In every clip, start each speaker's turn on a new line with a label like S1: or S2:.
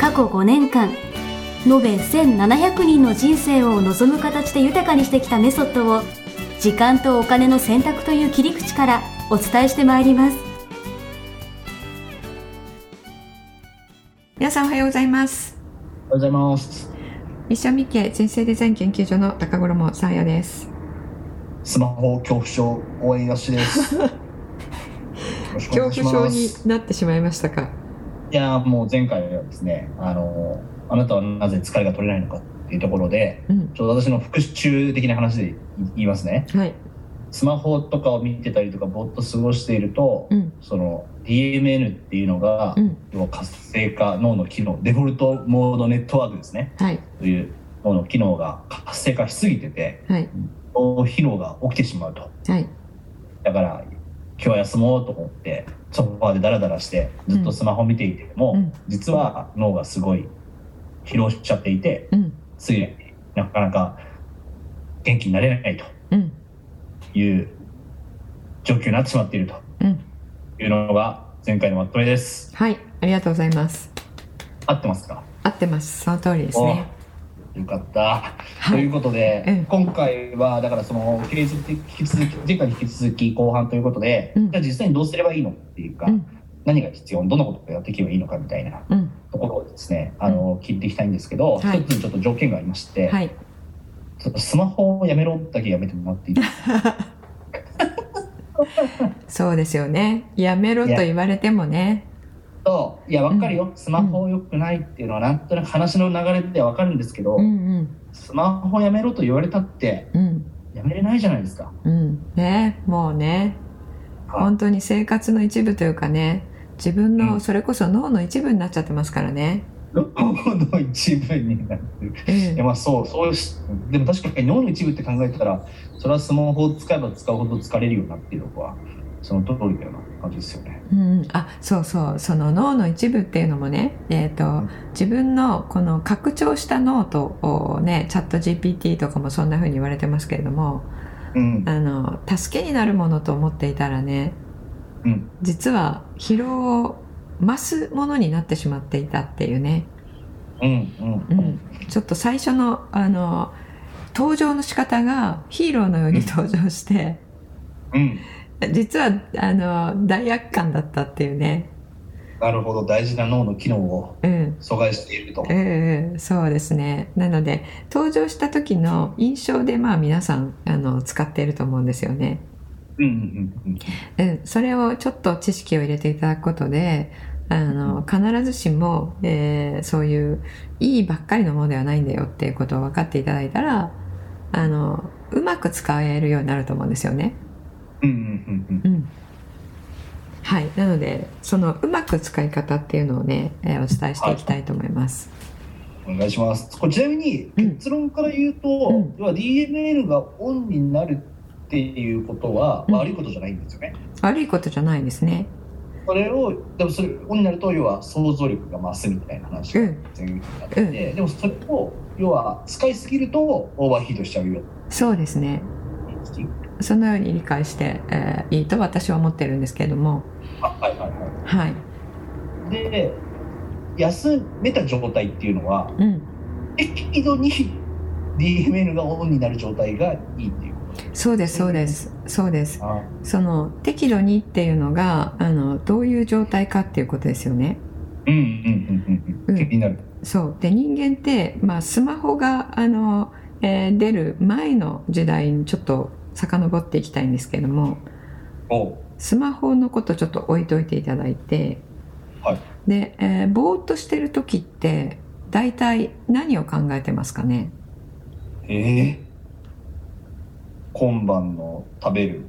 S1: 過去5年間延べ1700人の人生を望む形で豊かにしてきたメソッドを時間とお金の選択という切り口からお伝えしてまいります
S2: 皆さんおはようございます
S3: おはようございます。
S2: ミッションミッケ人生デザイン研究所の高頃もさあやです
S3: スマホ恐怖症応援やし です。よろしくお願
S2: 恐
S3: いし
S2: 怖症
S3: ます
S2: になってしまいましたか
S3: いやーもう前回はですね、あのーあなたはなぜ疲れが取れないのかっていうところで、
S2: うん
S3: ちょっと私の復習的な話で言いますね。
S2: はい
S3: スマホとかを見てたりとかぼーっと過ごしていると、
S2: うん
S3: その DMN っていうのが、
S2: うん
S3: 要は活性化脳の機能デフォルトモードネットワークですね
S2: はい
S3: という脳の機能が活性化しすぎてて
S2: はい
S3: 脳疲労が起きてしまうと
S2: はい
S3: だから今日は休もうと思ってソファーでダラダラしてずっとスマホ見ていても、
S2: うん
S3: 実は脳がすごい疲労しちゃっていて
S2: うん
S3: すぐになかなか元気になれない
S2: うん
S3: という状況になってしまっている
S2: うん
S3: というのが前回のまとめです
S2: はいありがとうございます
S3: 合ってますか
S2: 合ってますその通りですね
S3: およかった、
S2: は
S3: という
S2: い
S3: ことで、
S2: うん
S3: 今回はだからその引き続き前回に引き続き後半ということで、
S2: うん
S3: じゃあ実際にどうすればいいのっていうか、
S2: うん
S3: 何が必要どんなことをやっていけばいいのかみたいな
S2: うん
S3: ところをですねあの、聞いていきたいんですけど、
S2: はい
S3: 一つちょっと条件がありまして、
S2: はい
S3: ちょっとスマホをやめろだけやめてもらっていいですか
S2: そうですよねやめろと言われてもね
S3: といやわかるよ、スマホ良くないっていうのはなんとなく話の流れでわかるんですけど、
S2: うん
S3: スマホやめろと言われたって
S2: うんうん
S3: やめれないじゃないですか。
S2: うんねもうね
S3: はい
S2: 本当に生活の一部というかね自分
S3: う
S2: の
S3: ん
S2: それこそ脳の一部になっちゃってますからね、
S3: 脳の一部になってる。
S2: うん
S3: いやまあそうそうしでも確かに脳の一部って考えたらそれはスマホを使えば使うほど疲れるよなっていうのはその通りだよな感じですよね。
S2: うん、あそうそうその脳の一部っていうのもね、えー、
S3: う
S2: と
S3: ん
S2: 自分のこの拡張した脳とをねチャット GPT とかもそんな風に言われてますけれども
S3: うん
S2: あの助けになるものと思っていたらね
S3: うん
S2: 実は疲労を増すものになってしまっていたっていうね、
S3: うんうん
S2: うん、ちょっと最初のあの登場の仕方がヒーローのように登場して
S3: うん
S2: 実はあの大悪感だったっていうね。
S3: なるほど大事な脳の機能を
S2: うん
S3: 阻害していると。
S2: うんうん、そうですねなので登場した時の印象でまあ皆さんあの使っていると思うんですよね、
S3: うんうんうん
S2: うん、それをちょっと知識を入れていただくことであの必ずしも、えーそういういいばっかりのものではないんだよっていうことを分かっていただいたらあのうまく使えるようになると思うんですよね。
S3: うんうんうん
S2: うんはい、なのでそのうまく使い方っていうのをね、えーお伝えしていきたいと思います。
S3: うんお願いします。これちなみに
S2: うん
S3: 結論から言うと、
S2: うん
S3: 要は DML がオンになるっていうことは
S2: うん
S3: 悪いことじゃないんですよね。
S2: 悪いことじゃないですね。
S3: それをでもそれオンになると要は想像力が増すみたいな話。
S2: うん
S3: 全員があって、でもそれを要は使いすぎるとオーバーヒートしちゃうよ
S2: そうですねそのように理解して、えーいいと私は思ってるんですけれども
S3: あはいはいは
S2: はい
S3: いで休めた状態っていうのは
S2: うん
S3: 適度に DMN がオンになる状態がいいっていうこと
S2: そうですそうですそうです
S3: か
S2: その適度にっていうのがあのどういう状態かっていうことですよね
S3: うんうんうんうんうん気になる
S2: そうで人間って、まあ、スマホがあの、えー出る前の時代にちょっと遡っていきたいんですけれども
S3: おう
S2: スマホのことちょっと置いといていただいて、
S3: はい
S2: で、えーぼーっとしてる時って大体何を考えてますかね
S3: ええ今晩の食べ る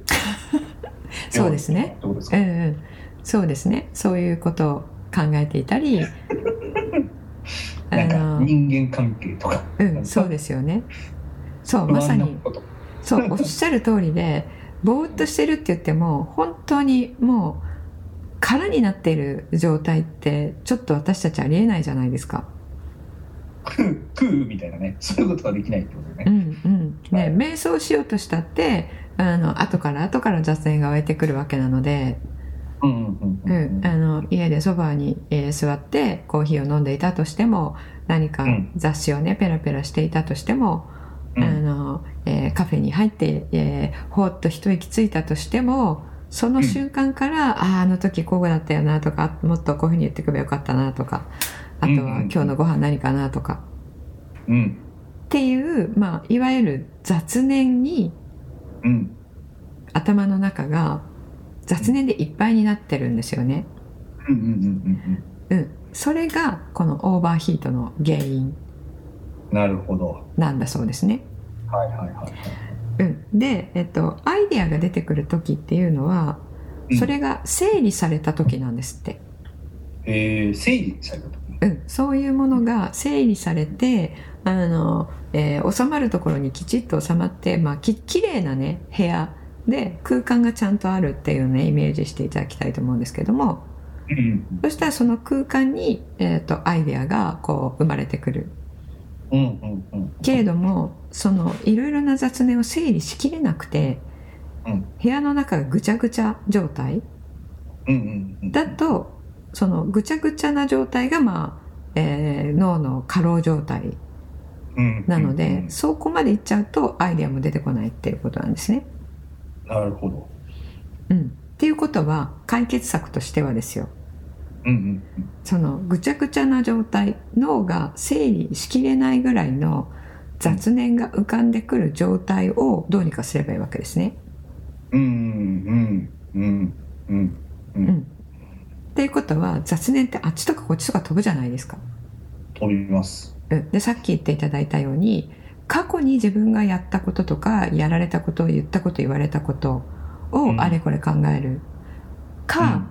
S2: そうですね
S3: ってことです
S2: う
S3: か
S2: んうん、そうですねそういうことを考えていたり
S3: なん
S2: あ
S3: か
S2: の
S3: 人間関係とか。
S2: うん、そうですよね。そう、まさ
S3: 不安
S2: に
S3: な、こと
S2: そう、おっしゃる通りで、ぼーっとしてるって言っても、本当にもう、空になっている状態って、ちょっと私たちありえないじゃないですか。
S3: 食う食うみたいなね。そういうことができないってことだ
S2: う
S3: ね。
S2: んうん。
S3: は
S2: ね、
S3: い
S2: 瞑想しようとしたって、あの、後から後から雑念が湧いてくるわけなので、
S3: うんうん
S2: う
S3: うんうん
S2: ん、あの家でソファーに、えー座ってコーヒーを飲んでいたとしても何か
S3: うん
S2: 雑誌をねペラペラしていたとしても、
S3: うん
S2: あのえーカフェに入って、えーほーっと一息ついたとしてもその瞬間から、あああの時こうだったよなとかもっとこういうふうに言ってくればよかったなとかあと
S3: うんうん
S2: は
S3: うん
S2: 今日のご飯何かなとか、
S3: うん
S2: っていう、まあ、いわゆる雑念に
S3: うん
S2: 頭の中が雑念でいっぱいになってるんですよね。
S3: うんうんうん
S2: うん、それがこのオーバーヒートの原因
S3: うん。なるほど。
S2: なんだそうですね。
S3: はいはいはいはい。
S2: うん、で、えっと、アイデアが出てくる時っていうのは
S3: うん
S2: それが整理された時なんですって、
S3: えー、整理された時
S2: うん、そういうものが整理されてあの、えー収まるところにきちっと収まって、まあ、ききれいなね部屋で空間がちゃんとあるっていうねイメージしていただきたいと思うんですけども
S3: うんうん
S2: そしたらその空間に、えっとアイデアがこう生まれてくる
S3: うんうんうん
S2: けれどもそのいろいろな雑念を整理しきれなくて、
S3: うん
S2: 部屋の中がぐちゃぐちゃ状態
S3: うんうんうん。
S2: だとそのぐちゃぐちゃな状態が、まあえー脳の過労状態
S3: うん
S2: なので、
S3: うんうん
S2: そこまでいっちゃうとアイデアも出てこないっていうことなんですね。
S3: なるほど。
S2: うん、っていうことは解決策としてはですよ
S3: うん
S2: そのぐちゃぐちゃな状態脳が整理しきれないぐらいの雑念が浮かんでくる状態をどうにかすればいいわけですね。
S3: うんうんうんうんうんう。
S2: うんんっていうことは雑念ってあっちとかこっちとか飛ぶじゃないですか。
S3: 飛びます。
S2: うんでさっき言っていただいたように過去に自分がやったこととかやられたこと言ったこと言われたこと
S3: う
S2: を
S3: ん
S2: あれこれ考える、か、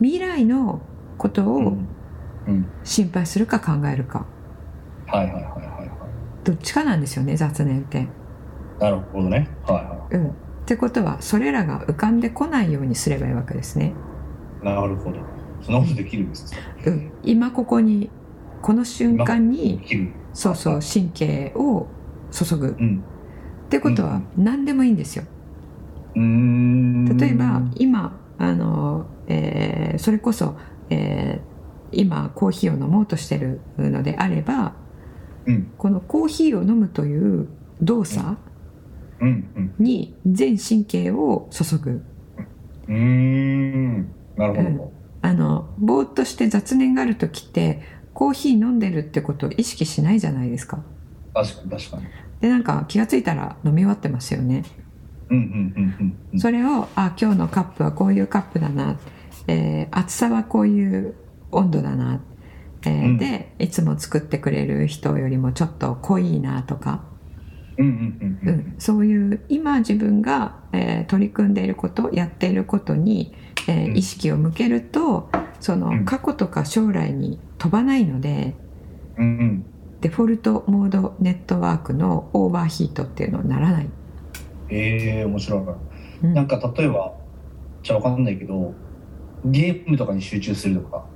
S2: 未来のこと
S3: うんう
S2: を
S3: ん
S2: 心配するか考えるか
S3: はいはいはいはいは
S2: どっちかなんですよね雑念って。
S3: い。なるほどね。は
S2: うん、ってことはそれらが浮かんでこないようにすればいいわけですね。
S3: いはい。なるほど。そんなことできるんですか。
S2: うん、今ここにこの瞬間
S3: で
S2: に
S3: きる。
S2: そうそう神経を注ぐ
S3: うん。
S2: ってことは何でもいいんですよ。
S3: うーん
S2: 例えば今あの、えーそれこそ、えー今コーヒーを飲もうとしてるのであれば
S3: うん
S2: このコーヒーを飲むという動作
S3: うん
S2: に全神経を注ぐ。
S3: うんうーんなるほど、
S2: あのぼーっとして雑念がある時ってコーヒー飲んでるってことを意識しないじゃないですか。
S3: 確かに確かに
S2: でなんか気がついたら飲み終わってますよね。
S3: うんうんうんうん
S2: それをあ今日のカップはこういうカップだな、えー厚さはこういう温度だな、えー
S3: うん
S2: でいつも作ってくれる人よりもちょっと濃いなとか、
S3: うんうんうん
S2: う
S3: うんん
S2: そういう今自分が、えー取り組んでいることやっていることに、えー
S3: うん
S2: 意識を向けるとその過去とか将来に飛ばないので。
S3: うんうん
S2: デフォルトモードネットワークのオーバーヒートっていうのにならない、
S3: ええ面白い
S2: うん
S3: なんか例えばじゃあわかんないけどゲームとかに集中するとか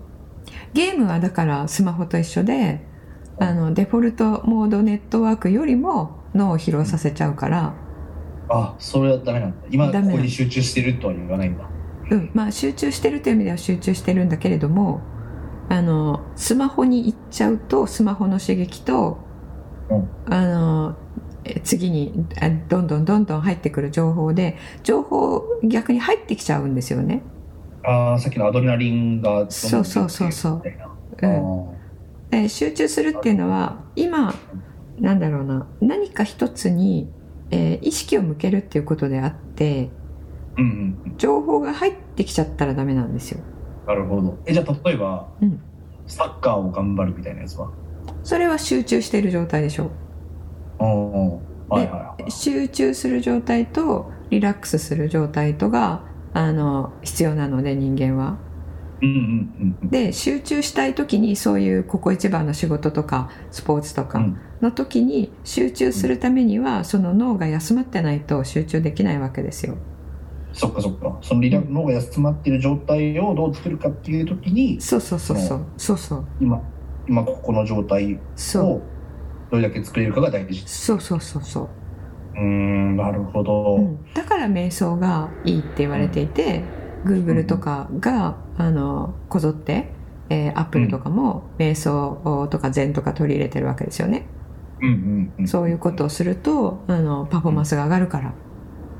S2: ゲームはだからスマホと一緒であのデフォルトモードネットワークよりも脳を疲労させちゃうから、
S3: あそれはダメなんだ今
S2: ダメ
S3: こ
S2: なの
S3: こに集中してるとは言わないんだ
S2: うんまあ、集中してるという意味では集中してるんだけれどもあのスマホに行っちゃうとスマホの刺激と、
S3: うん
S2: あのえ次にあどんどんどんどん入ってくる情報で情報逆に入ってきちゃうんですよね。
S3: あーさっきのアドレナリンがどんどん出てきて
S2: そうそうそうそう
S3: みたいな
S2: うん
S3: あ
S2: で集中するっていうのは今なんだろうな何か一つに、えー意識を向けるっていうことであって
S3: ーうんうん
S2: 情報が入ってきちゃったらダメなんですよ。
S3: うんなるほどえじゃあ例えば、
S2: うん
S3: サッカーを頑張るみたいなやつは
S2: それは集中している状態でしょ。
S3: うんうんはいはいはいう
S2: 集中する状態とリラックスする状態とがあの必要なので人間は。
S3: うんうんうん
S2: で集中したい時にそういうここ一番の仕事とかスポーツと
S3: う
S2: か
S3: ん
S2: の時に集中するためにはその脳が休まってないと集中できないわけですよ。
S3: そっかそっかそのリラ脳が休まってる状態をどう作るかっていう時に
S2: そうそうそうそううそうそう
S3: 今今ここの状態
S2: そ
S3: を
S2: う
S3: どれだけ作れるかが大事
S2: そうそうそうそう
S3: うーんなるほど、
S2: うん、だから瞑想がいいって言われていて、Google とかがあのこぞって、えー、Apple とかも瞑想とか禅とか取り入れてるわけですよね、
S3: うんうんうん
S2: そういうことをするとあのパフォーマンスが上がるから、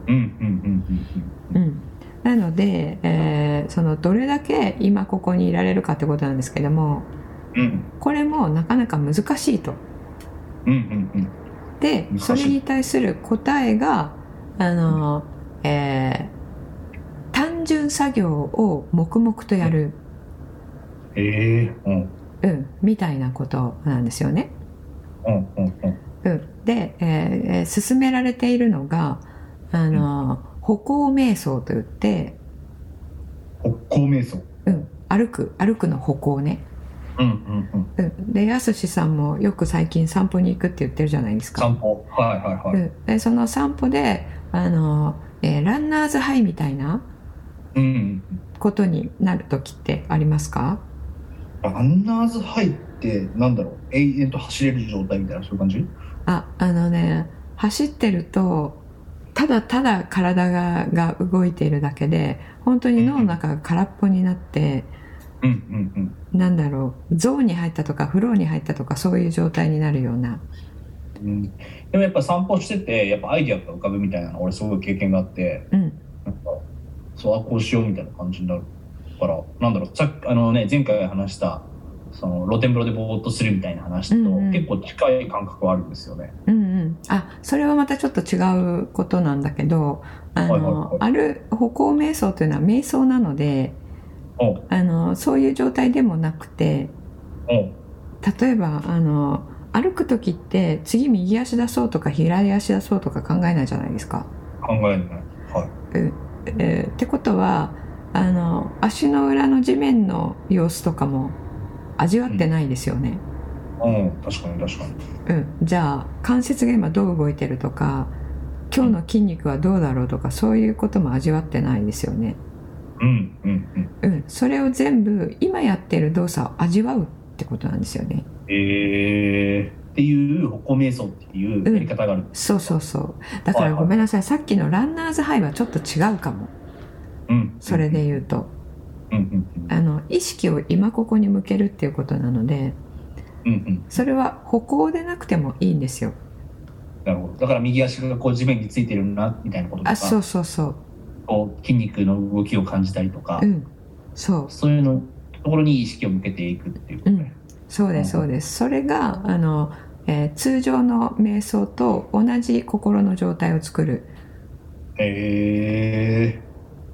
S3: うんうんうん
S2: うん、なので、えーそのどれだけ今ここにいられるかってことなんですけども
S3: うんうん
S2: これもなかなか難しいと。
S3: うんうんうん
S2: で
S3: 難しい
S2: それに対する答えがあの、えー単純作業を黙々とやる、
S3: ええうん
S2: うん、みたいなことなんですよね。
S3: うんうんうん
S2: うん、で、えーえー勧められているのがあの、歩行瞑想といって、
S3: 歩行瞑想
S2: うん、歩く歩くの歩行ね。
S3: うんうんうん
S2: うん、でやすしさんもよく最近散歩に行くって言ってるじゃないですか。
S3: 散歩はいはいは
S2: う
S3: い
S2: ん、でその散歩であの、えーランナーズハイみたいな
S3: うんうん
S2: ことになる時ってありますか
S3: ランナーズハイってなんだろう永遠と走れる状態みたいなそういう感じ
S2: ああのね走ってるとただただ体がが動いているだけで本当に脳の中が空っぽになって、
S3: うんうん
S2: なんだろうゾーンに入ったとかフローに入ったとかそういう状態になるような
S3: うんうんでもやっぱ散歩しててやっぱアイディアが浮かぶみたいなの俺すごい経験があって
S2: うん
S3: なんかそうあこうしようみたいな感じになるからなんだろうさっきあのね前回話したその露天風呂でぼーっとするみたいな話と
S2: うんうん
S3: 結構近い感覚はあるんですよね。
S2: うんうんあそれはまたちょっと違うことなんだけどあの、
S3: はいはい
S2: ある歩行瞑想というのは瞑想なので
S3: お
S2: あのそういう状態でもなくて
S3: お
S2: 例えばあの歩く時って次右足出そうとか左足出そうとか考えないじゃないですか。
S3: 考えない。はい。
S2: えーってことはあの足の裏の地面の様子とかも味わってないですよね。
S3: うん確かに確かに。
S2: うん、じゃあ関節が今どう動いてるとか今日の筋肉はどうだろうとかそういうことも味わってないですよね。
S3: うんうん
S2: うん、それを全部今やってる動作を味わうってことなんですよね。
S3: うん。えー、っていう歩行瞑想っていうやり方がある。
S2: そうそうそう。だからごめんなさい。さっきのランナーズハイはちょっと違うかも。
S3: うん。
S2: それで。言うと。
S3: うんうん
S2: あの、意識を今ここに向けるっていうことなので、
S3: うん。うんうん。
S2: それは歩行でなくてもいいんですよ。
S3: なるほど。だから右足がこう地面についてるなみたいなこととか、
S2: あ、そうそうそう。
S3: こう筋肉の動きを感じたりとか、
S2: うん。そう。
S3: そういうのところに意識を向けていくっていうことね。
S2: そうです、そうです。それが、あの、えー通常の瞑想と同じ心の状態を作る。
S3: え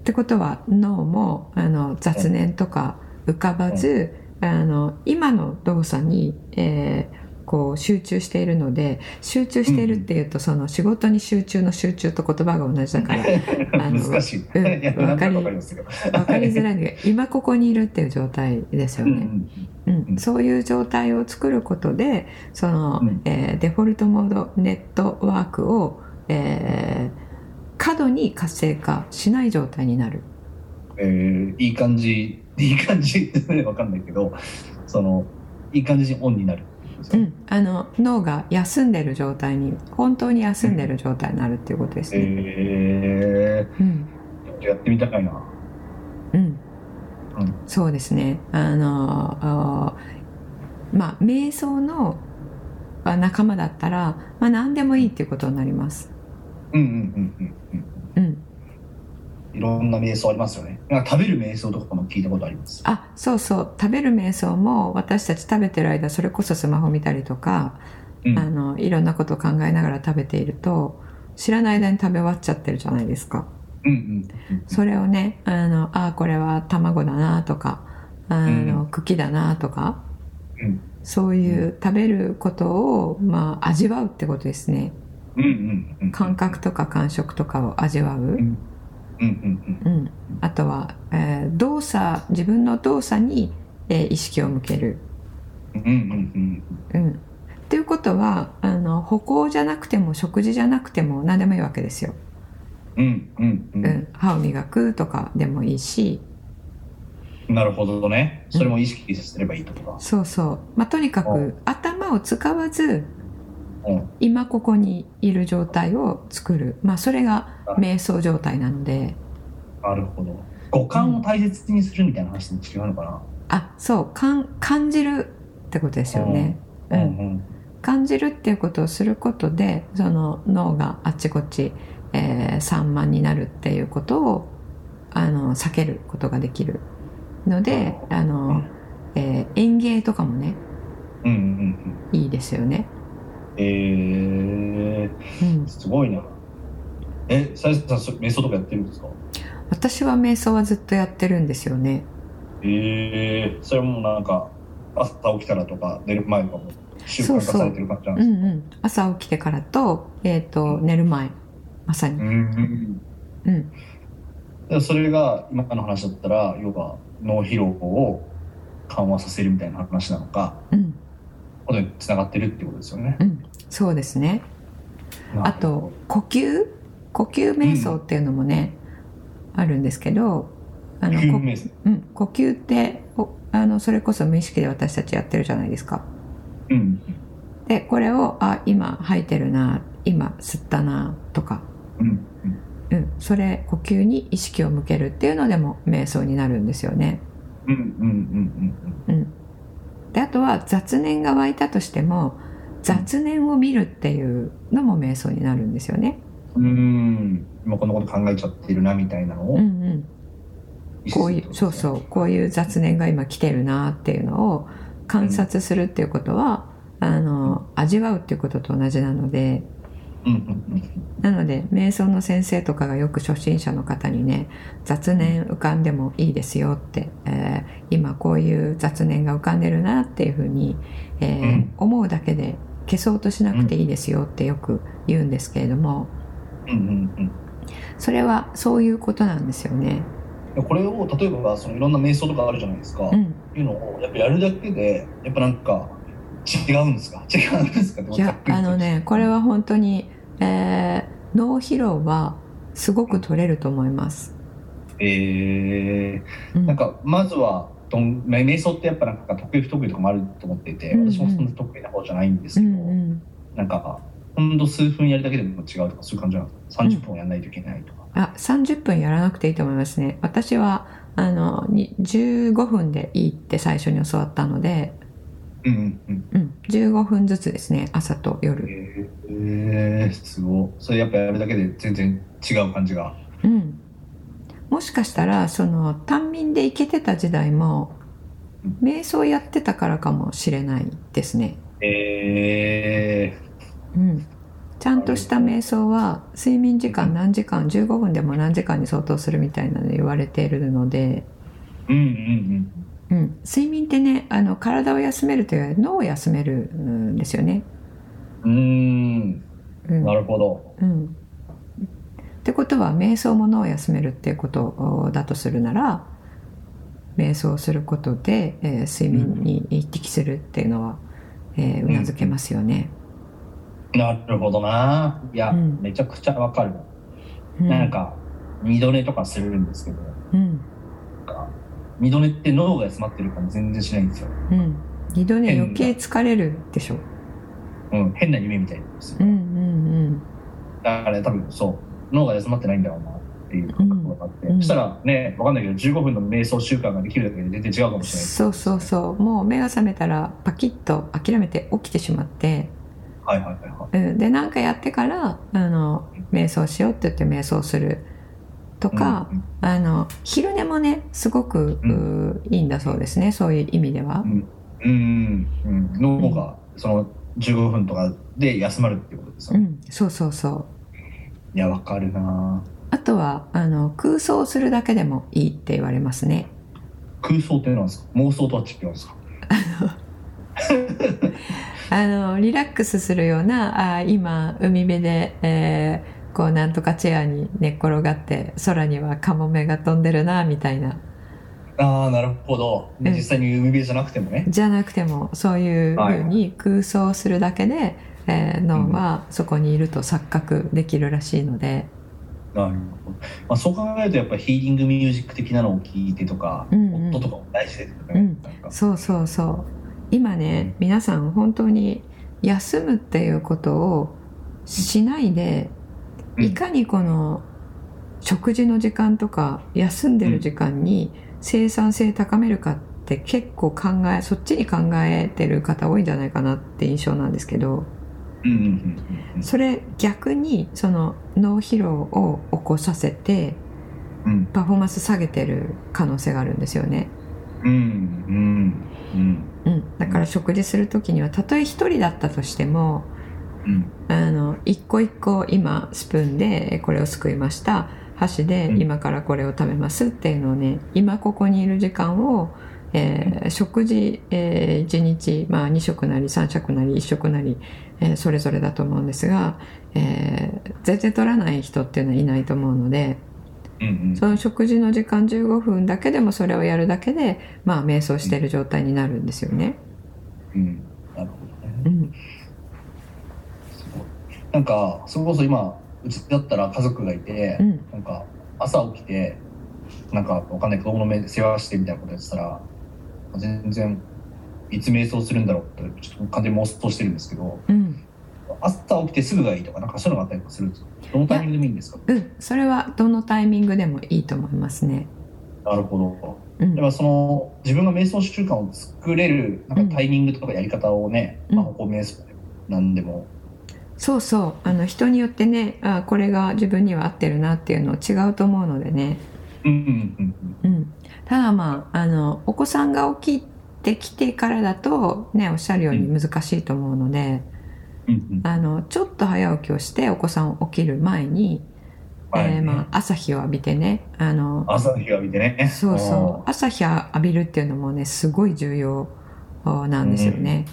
S2: ってことは脳もあの雑念とか浮かばず、あの今の動作に、えーこう集中しているので集中しているっていうと、その仕事に集中の集中と言葉が同じだ から
S3: ー、
S2: あの
S3: 難しい。
S2: うん
S3: いやなん
S2: わか
S3: か
S2: り
S3: わかりますけど。
S2: 分かりづらいんだけ ど今ここにいるっていう状態ですよ
S3: うんう
S2: ね、
S3: ん
S2: うん
S3: うん
S2: そういう状態を作ることでその、
S3: うん
S2: えーデフォルトモードネットワークを、えー過度に活性化しない状態になる。
S3: えー、いい感じ、 いい感じってわかんないけど、その、いい感じにオンになるっていうことです
S2: う
S3: ね。
S2: ん、あの脳が休んでる状態に本当に休んでる状態になるっていうことですね。
S3: え
S2: うん
S3: ー、やってみたいな。
S2: うん
S3: うん
S2: そうですねあのあーまあ瞑想のあ仲間だったら、まあ、何でもいいっていうことになります。
S3: うんうんうんうん
S2: うん、
S3: うん。いろんな瞑想ありますよね。なんか食べる瞑想とかも聞いたことあります。
S2: あそうそう食べる瞑想も私たち食べてる間それこそスマホ見たりとか、
S3: うん、
S2: あのいろんなことを考えながら食べていると知らない間に食べ終わっちゃってるじゃないですか。
S3: うんうんうん。
S2: それをね、あの、あーこれは卵だなとか、あの、茎だなとか、
S3: うん
S2: そういう食べることを、まあ、味わうってことですね。
S3: うんうんうん。
S2: 感覚とか感触とかを味わう。
S3: うんうんうん
S2: うん、あとは、えー動作自分の動作に、えー意識を向ける、
S3: うんうんうん
S2: うん、っていうことはあの歩行じゃなくても食事じゃなくても何でもいいわけですよ、
S3: うんうんう
S2: うんん、歯を磨くとかでもいいし
S3: うんなるほどねそれも意識すればいいってことか
S2: そうそう、まあ、とにか
S3: う
S2: く頭を使わず
S3: うん
S2: 今ここにいる状態を作る、まあ、それが瞑想状態なので
S3: なるほど五感を大切にするみたいな話と違うのか
S2: あそう感感じるってことですよね。う
S3: なうんん
S2: 感じるっていうことをすることでその脳があっちこっち、えー散漫になるっていうことをあの避けることができるのであの、えー園芸とかもね
S3: うんうんうん
S2: いいですよね。
S3: うん
S2: うん
S3: えー、、すごいなえさやさんそ瞑想とかやってるんですか
S2: 私は瞑想はずっとやってるんですよね。
S3: えー、それもなんか朝起きたらとか寝る前とかも習慣化されてる感じな
S2: う
S3: んですか
S2: んうん、朝起きてからと,、えー、と寝る前まさに。
S3: うん
S2: うん、
S3: でそれが今の話だったら要は脳疲労を緩和させるみたいな話なのか
S2: うん
S3: ことにつながってるってことですよね。
S2: うん、そうですね。あと呼吸呼吸瞑想っていうのもね、あるんですけどあの
S3: なるほ
S2: こ
S3: ど、です
S2: うん、呼吸っておあのそれこそ無意識で私たちやってるじゃないですか。
S3: うん
S2: でこれをあ今吐いてるな今吸ったなとか、
S3: うん
S2: うん、それ呼吸に意識を向けるっていうのでも瞑想になるんですよね。
S3: うんうんうん
S2: うん、であとは雑念が湧いたとしても雑念を見るっていうのも瞑想になるんですよね。
S3: うんうんうん今こんなこと考えちゃってるなみたいなの
S2: うん
S3: を
S2: うん
S3: 意識
S2: こ
S3: す
S2: う
S3: る
S2: い
S3: って
S2: う
S3: こ
S2: そう
S3: とですね
S2: そうこういう雑念が今来てるなっていうのを観察するっていうことは、あの味わうっていうことと同じなので
S3: うんうん
S2: なので瞑想の先生とかがよく初心者の方にね雑念浮かんでもいいですよって、えー今こういう雑念が浮かんでるなっていうふうに、えー
S3: うん
S2: 思うだけで消そうとしなくていいですよってよく言うんですけれども
S3: うんうんうん
S2: それはそういうことなんですよね。
S3: うんこれを例えばそのいろんな瞑想とかあるじゃないですか、
S2: う
S3: っ
S2: ん、
S3: ていうのをやっぱやるだけでやっぱなんか違うんですか 違うんですかって
S2: いやあのねこれは本当に、えー脳疲労はすごく取れると思います。
S3: え
S2: う
S3: ー、
S2: ん
S3: なんかまずはどんめ瞑想ってやっぱなんか得意不得意とかもあると思っていて、
S2: うんうん
S3: 私もそんな得意な方じゃないんです
S2: う
S3: け
S2: ん
S3: ど、
S2: うん、
S3: なんかほんと数分やるだけでも違うとかそういう感じなの30分やらないといけないとか、
S2: あ30分やらなくていいと思いますね。私はあのに15分でいいって最初に教わったので、
S3: うんうん
S2: うん、15分ずつですね朝と
S3: うん、
S2: 夜。
S3: えー、えー、すごいそれやっぱやるだけで全然違う感じが
S2: うん、もしかしたらその短眠でいけてた時代も瞑想やってたからかもしれないですね。
S3: え
S2: うん、ちゃんとした瞑想は睡眠時間何時間15分でも何時間に相当するみたいなので言われているので、
S3: ー、うんうん
S2: うん、睡眠ってねあの体を休めるというより脳を休めるんですよね。
S3: うんうーん
S2: うん
S3: なるほど
S2: うん、ってことは瞑想も脳を休めるっていうことだとするなら瞑想をすることで、えー睡眠に一適するっていうのはえーうな、ずけますよね。
S3: なるほどないや、
S2: うん
S3: めちゃくちゃわかる、
S2: う
S3: なん、か二度寝とかするんですけど
S2: うん
S3: 二度寝って脳が休まってる感じ全然しないんですよ
S2: うん、二度ね
S3: 変な
S2: 余計疲れるでしょ。
S3: うん、変な夢みたいなんですよ
S2: うんうんうん
S3: だから、ね、多分そう、脳が休まってないんだろうなっていう感覚があって、
S2: うんうん
S3: そしたらね、わかんないけど、15分の瞑想習慣ができるだけで全然違うかもしれない。
S2: そうそうそうもう目が覚めたらパキッと諦めて起きてしまって、
S3: はいはいはいは
S2: うん、で何かやってからあの瞑想しようって言って瞑想すると
S3: い。
S2: か、
S3: うん
S2: あの昼寝もねすごく、
S3: う
S2: うーいいんだそうですねそういう意味では
S3: う。んうん、うん、脳がその15分とかで休まるってことですよ
S2: う
S3: ね。
S2: ん、そうそうそう
S3: いや、わかるなぁ
S2: あとはあの空想するだけでもいいって言われますね
S3: 空想ってなんですか妄想とは違うんですか
S2: あのリラックスするようなあー今海辺で、えーこうなんとかチェアに寝っ転がって空にはカモメが飛んでるなみたいな
S3: ああ、なるほど。
S2: うん
S3: 実際に海辺じゃなくてもね。
S2: じゃなくてもそういうふうに空想するだけで、えー脳はそこにいると錯覚できるらしいので、
S3: なるほど。まあ、そう考えると、やっぱりヒーリングミュージック的なのを聞いてとか、
S2: うんうん
S3: 音とかも大事ですよね。
S2: うん
S3: なんか
S2: そうそうそう今ね皆さん本当に休むっていうことをしないで
S3: うん
S2: いかにこの食事の時間とか休んでる時間に生産性高めるかって結構考えそっちに考えてる方多いんじゃないかなって印象なんですけど
S3: うんうんうんうん
S2: それ逆にその脳疲労を起こさせて
S3: うん
S2: パフォーマンス下げてる可能性があるんですよね。
S3: うんうんうん
S2: うん、だから食事する時にはたとえ一人だったとしても
S3: うん
S2: あの一個一個今スプーンでえこれをすくいました箸で
S3: うん
S2: 今からこれを食べますっていうのをね今ここにいる時間を、えー食事、え1日、まあ、2食なり3食なり1食なり、えーそれぞれだと思うんですが、えー全然取らない人っていうのはいないと思うので
S3: うんうん
S2: その食事の時間15分だけでもそれをやるだけで、まあ、瞑想している状態になるんですよね。
S3: うんなるほどね
S2: うん
S3: すごいなんかそれこそ今うちだったら家族がいて、
S2: うん
S3: なんか朝起きてなんかわかんない子供の目世話してみたいなことやってたら全然いつ瞑想するんだろうってちょっと完全に妄想してるんですけど
S2: うん
S3: 朝起きてすぐがいいとかなんかそういうのがあったりとかするんですかどのタイミングでもいいんですか
S2: うん、それはどのタイミングでもいいと思いますね。
S3: なるほど
S2: うん
S3: やっぱその自分が瞑想習慣を作れるなんかタイミングとかやり方をね、
S2: うん
S3: まあ、歩行瞑想でも何でも、
S2: そうそうあの人によってねあこれが自分には合ってるなっていうの違うと思うのでね、
S3: うんうん
S2: うん、ただまああのお子さんが起きてきてからだとねおっしゃるように難しいと思うので、
S3: うんうんうん
S2: あのちょっと早起きをしてお子さんを起きる前に、
S3: はい
S2: えーまあ、朝日を浴びてねあの
S3: 朝日が見てね
S2: そうそう朝日を浴びるっていうのもねすごい重要あなんですよね。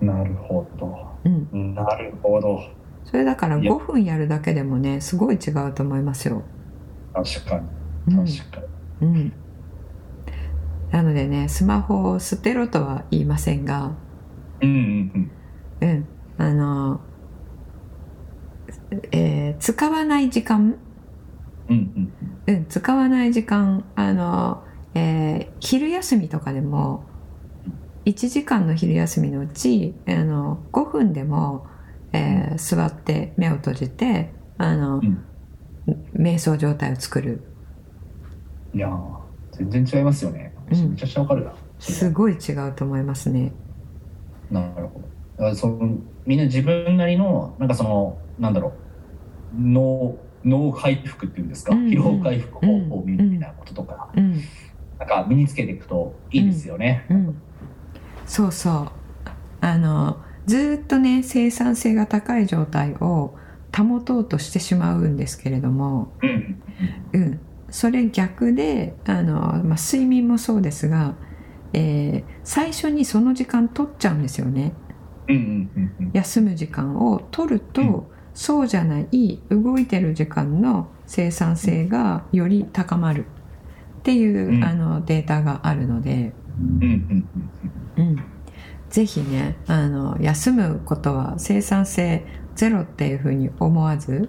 S3: うんなるほど
S2: うん
S3: なるほど
S2: それだから
S3: いや
S2: 5分やるだけでもねすごい違うと思いますよ。
S3: 確かに
S2: うん
S3: 確かに、
S2: うん、なのでねスマホを捨てろとは言いませんが、
S3: うん、う
S2: う
S3: ん
S2: ん、あの、えー使わない時間、
S3: うんうんうん
S2: うん、使わない時間あの、えー昼休みとかでも1時間の昼休みのうちあの5分でも、えー座って目を閉じてあの、
S3: ん
S2: 瞑想状態を作る。
S3: いやー全然違いますよね
S2: う
S3: め
S2: ん
S3: ちゃくちゃわかるな、
S2: すごい違うと思いますね。
S3: なるほどだからそのみんな自分なりのなんかそのなんだろう脳脳回復っていうんですか、
S2: うんうん
S3: 疲労回復方法みたいなこととか、
S2: うん、
S3: なんか身につけていくといいですよね。
S2: うん、そうそう。あのずーっとね生産性が高い状態を保とうとしてしまうんですけれども、
S3: うん。
S2: うん、それ逆であの、まあ、睡眠もそうですが、えー最初にその時間取っちゃうんですよね。
S3: うんうんうん
S2: 休む時間を取ると、
S3: うん
S2: そうじゃない動いてる時間の生産性がより高まるっていう、
S3: うん
S2: あのデータがあるので、
S3: うん。うんうん
S2: うん、ぜひねあの休むことは生産性ゼロっていうふうに思わず、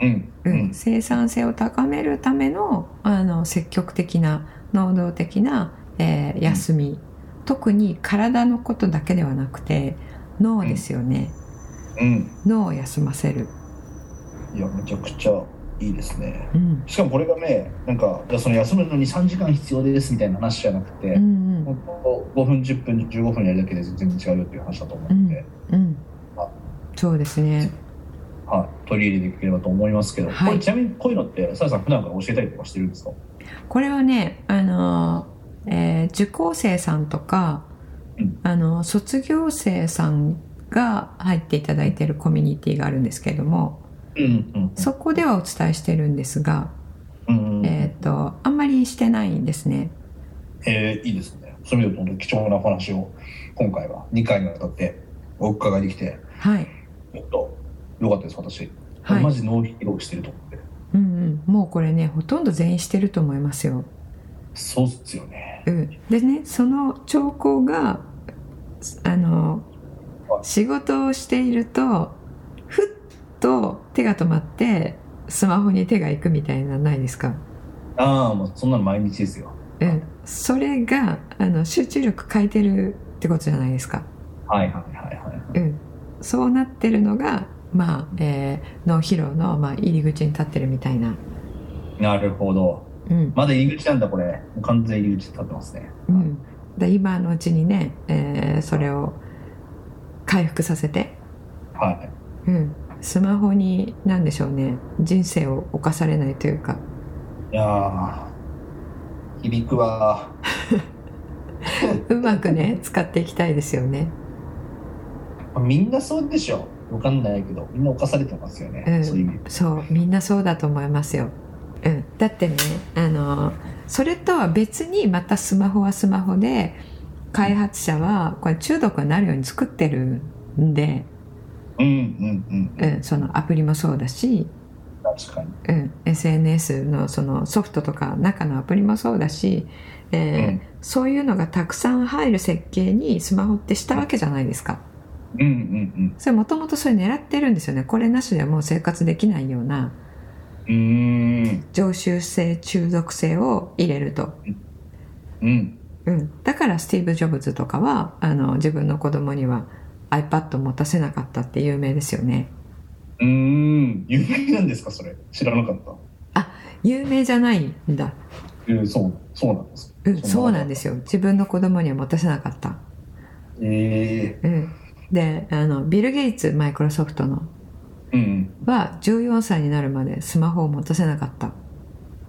S3: うんうん。
S2: う
S3: うんん
S2: 生産性を高めるためのあの積極的な能動的な、えー休み、特に体のことだけではなくて脳ですよね、
S3: うん。
S2: 脳を休ませる。
S3: いや、めちゃくちゃいいですね。
S2: うん
S3: しかもこれがね、なんか、じゃあその休むのに3時間必要ですみたいな話じゃなく
S2: うん
S3: て、
S2: うん
S3: 本当5分、10分、15分やるだけで全然違うよっていう話だと思うので、
S2: うん
S3: あ
S2: そうですね
S3: はい、取り入れていければと思いますけど、
S2: はい
S3: これちなみにこういうのって、さやさん普段から教えたりとかしてるんですか
S2: これはねあの、えー受講生さんとか、
S3: うん
S2: あの卒業生さんが入っていただいているコミュニティがあるんですけれども
S3: うんうん
S2: そこではお伝えしてるんですが、
S3: うん。うん。
S2: えっ、とあんまりしてないんですね
S3: えーいいですね。そういう意味では本当に貴重なお話を、今回は2回にわたってお伺いできて、
S2: はい
S3: もっと良かったです、私。
S2: はい
S3: マジ脳疲労してると思って
S2: うんうん、もうこれねほとんど全員してると思いますよ。
S3: そうっすよね
S2: うん、でねその兆候があの仕事をしているとふっと手が止まってスマホに手が行くみたいなのないですか、
S3: ああもうそんなの毎日ですよ
S2: うん、それがあの集中力変えてるってことじゃないですか。
S3: はいはいはいはい
S2: うん、そうなってるのが、まあえー脳疲労の、まあ、入り口に立ってるみたいな。
S3: なるほど
S2: うん
S3: まだ入り口なんだこれもう完全入り口立ってますね
S2: うん、で今のうちにね、えーそれを回復させて、
S3: は
S2: う
S3: い
S2: ん、スマホに何でしょうね人生を侵されないというか
S3: いやー響くわ
S2: うまく ね使っていきたいですよね。
S3: みんなそうでしょわかんないけどみんな犯されてますよね、
S2: うん
S3: そういう意味
S2: そうみんなそうだと思いますよ。うん、だってねあのそれとは別にまたスマホはスマホで開発者はこれ中毒になるように作ってるんで、
S3: うんうんう
S2: うんん、そのアプリもそうだし、
S3: 確かに
S2: うん、SNS のそのソフトとか中のアプリもそうだし、えー
S3: うん
S2: そういうのがたくさん入る設計にスマホってしたわけじゃないですか。
S3: うんうん
S2: それもともとそれ狙ってるんですよね。これなしではもう生活できないような
S3: うんうーん
S2: 常習性中毒性を入れると。
S3: うん
S2: うん、だからスティーブ・ジョブズとかはあの自分の子供には iPad を持たせなかったって有名ですよね。
S3: うーん有名なんですかそれ知らなかった
S2: 有名じゃないんだ。
S3: えー、そうそうなんですか
S2: うん、そうなんですすよ。自分の子供には持たせなかった。
S3: え
S2: うん、であのビル・ゲイツマイクロソフトの
S3: ー、うん
S2: は14歳になるまでスマホを持たせなかった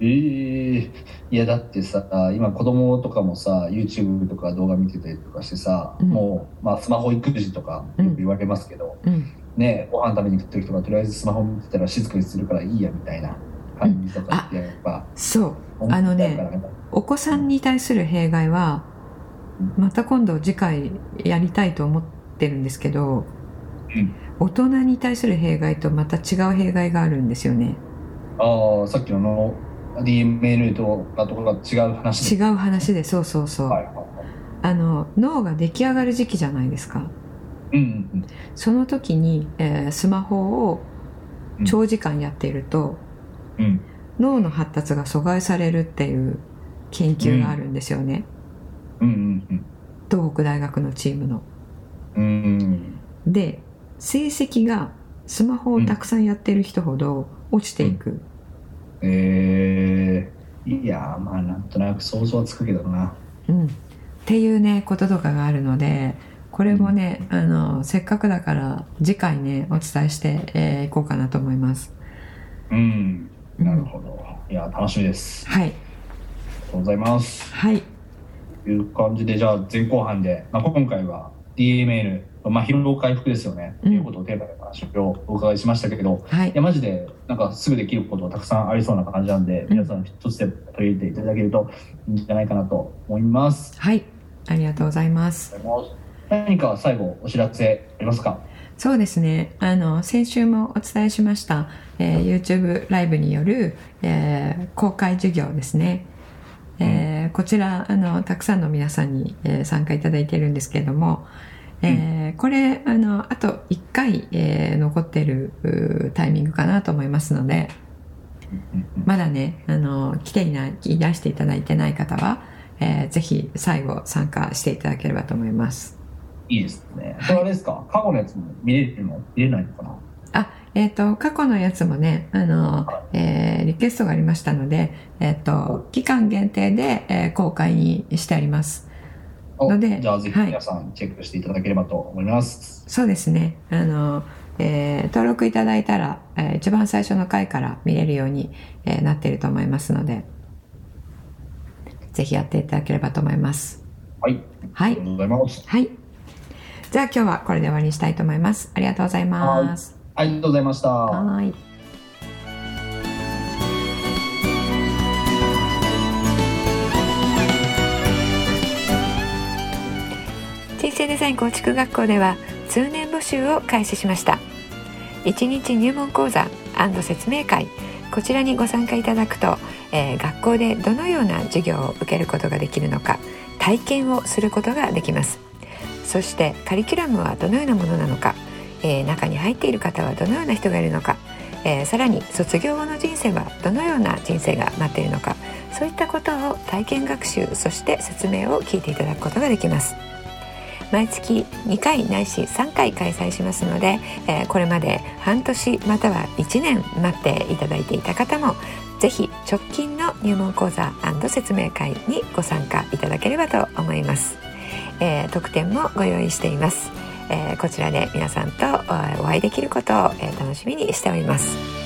S3: えー、いやだってさ今子供とかもさ YouTube とか動画見てたりとかしてさ、
S2: うん
S3: もう、まあ、スマホ育児とかよく言われますけど、
S2: うん
S3: ね、ご飯食べに行く時とかとりあえずスマホ見てたら静かにするからいいやみたいな感じとかってやっぱ、
S2: そう
S3: 思っ
S2: あの
S3: ちゃ
S2: ね
S3: うからね
S2: お子さんに対する弊害はまた今度次回やりたいと思ってるんですけど、
S3: うん
S2: 大人に対する弊害とまた違う弊害があるんですよね
S3: ああさっきのの DML とかとかが違う話
S2: 違う話でそうそうそう、
S3: はいはいはい
S2: あの脳が出来上がる時期じゃないですか
S3: うんうん
S2: その時に、えースマホを長時間やっていると、
S3: うんうん
S2: 脳の発達が阻害されるっていう研究があるんですよね、
S3: うん
S2: 東北大学のチームの。
S3: うんうんうん
S2: で成績がスマホをたくさんやってる人ほど落ちていく、
S3: えー、いやーまあなんとなく想像はつくけどな
S2: うんっていうねこととかがあるのでこれもね、あのせっかくだから次回ねお伝えしてえーい、こうかなと思います。
S3: うんなる
S2: うん
S3: ほどいやー楽しみですあ
S2: はい、
S3: りがとうございます
S2: はい
S3: という感じでじゃあ前後半で、まあ、今回は DML まあ疲労回復ですよね、
S2: うん
S3: ということをテーマで話をお伺いしましたけれど
S2: はい
S3: いやマジでなんかすぐできることたくさんありそうな感じなんで、
S2: ん
S3: 皆さん一つで取り入れていただけるといいんじゃないかなと思います。
S2: はいありがとうございます。
S3: 何か最後お知らせありますか？
S2: そうですね。あの、先週もお伝えしました、えー YouTube ライブによる、えー公開授業ですね。えーこちら、あの、たくさんの皆さんに、えー参加いただいているんですけれども、えーこれ、あの、あと1回、えー残っているうータイミングかなと思いますので、
S3: うんうん
S2: まだね、あの、来ていない、いらしていただいてない方は、えーぜひ最後参加していただければと思います。
S3: いいですね。これあれですか？過去のやつも見れるの？見れないのかな？
S2: あ、えっ、と、過去のやつもね、あの、えーリクエストがありましたので、えっ、と、期間限定で、えー公開にしてあります。
S3: お
S2: ので
S3: じゃあぜひ
S2: はい
S3: 皆さんチェックしていただければと思います。
S2: そうですね。あの、えー登録いただいたら、えー一番最初の回から見れるように、えーなっていると思いますので、ぜひやっていただければと思います。
S3: はい。
S2: は
S3: あり
S2: い
S3: が。とうございます。
S2: はい。じゃあ今日はこれで終わりにしたいと思います。ありがとうございます。
S3: ありがとうございました。
S2: はい。人生デザイン構築学校では通年募集を開始しました1日入門講座説明会こちらにご参加いただくと、えー学校でどのような授業を受けることができるのか体験をすることができますそしてカリキュラムはどのようなものなのか、えー中に入っている方はどのような人がいるのか、えーさらに卒業後の人生はどのような人生が待っているのかそういったことを体験学習そして説明を聞いていただくことができます毎月2回ないし3回開催しますので、えーこれまで半年または1年待っていただいていた方もぜひ直近の入門講座説明会にご参加いただければと思います、えー特典もご用意しています、えーこちらで皆さんとえーお会いできることをえー楽しみにしております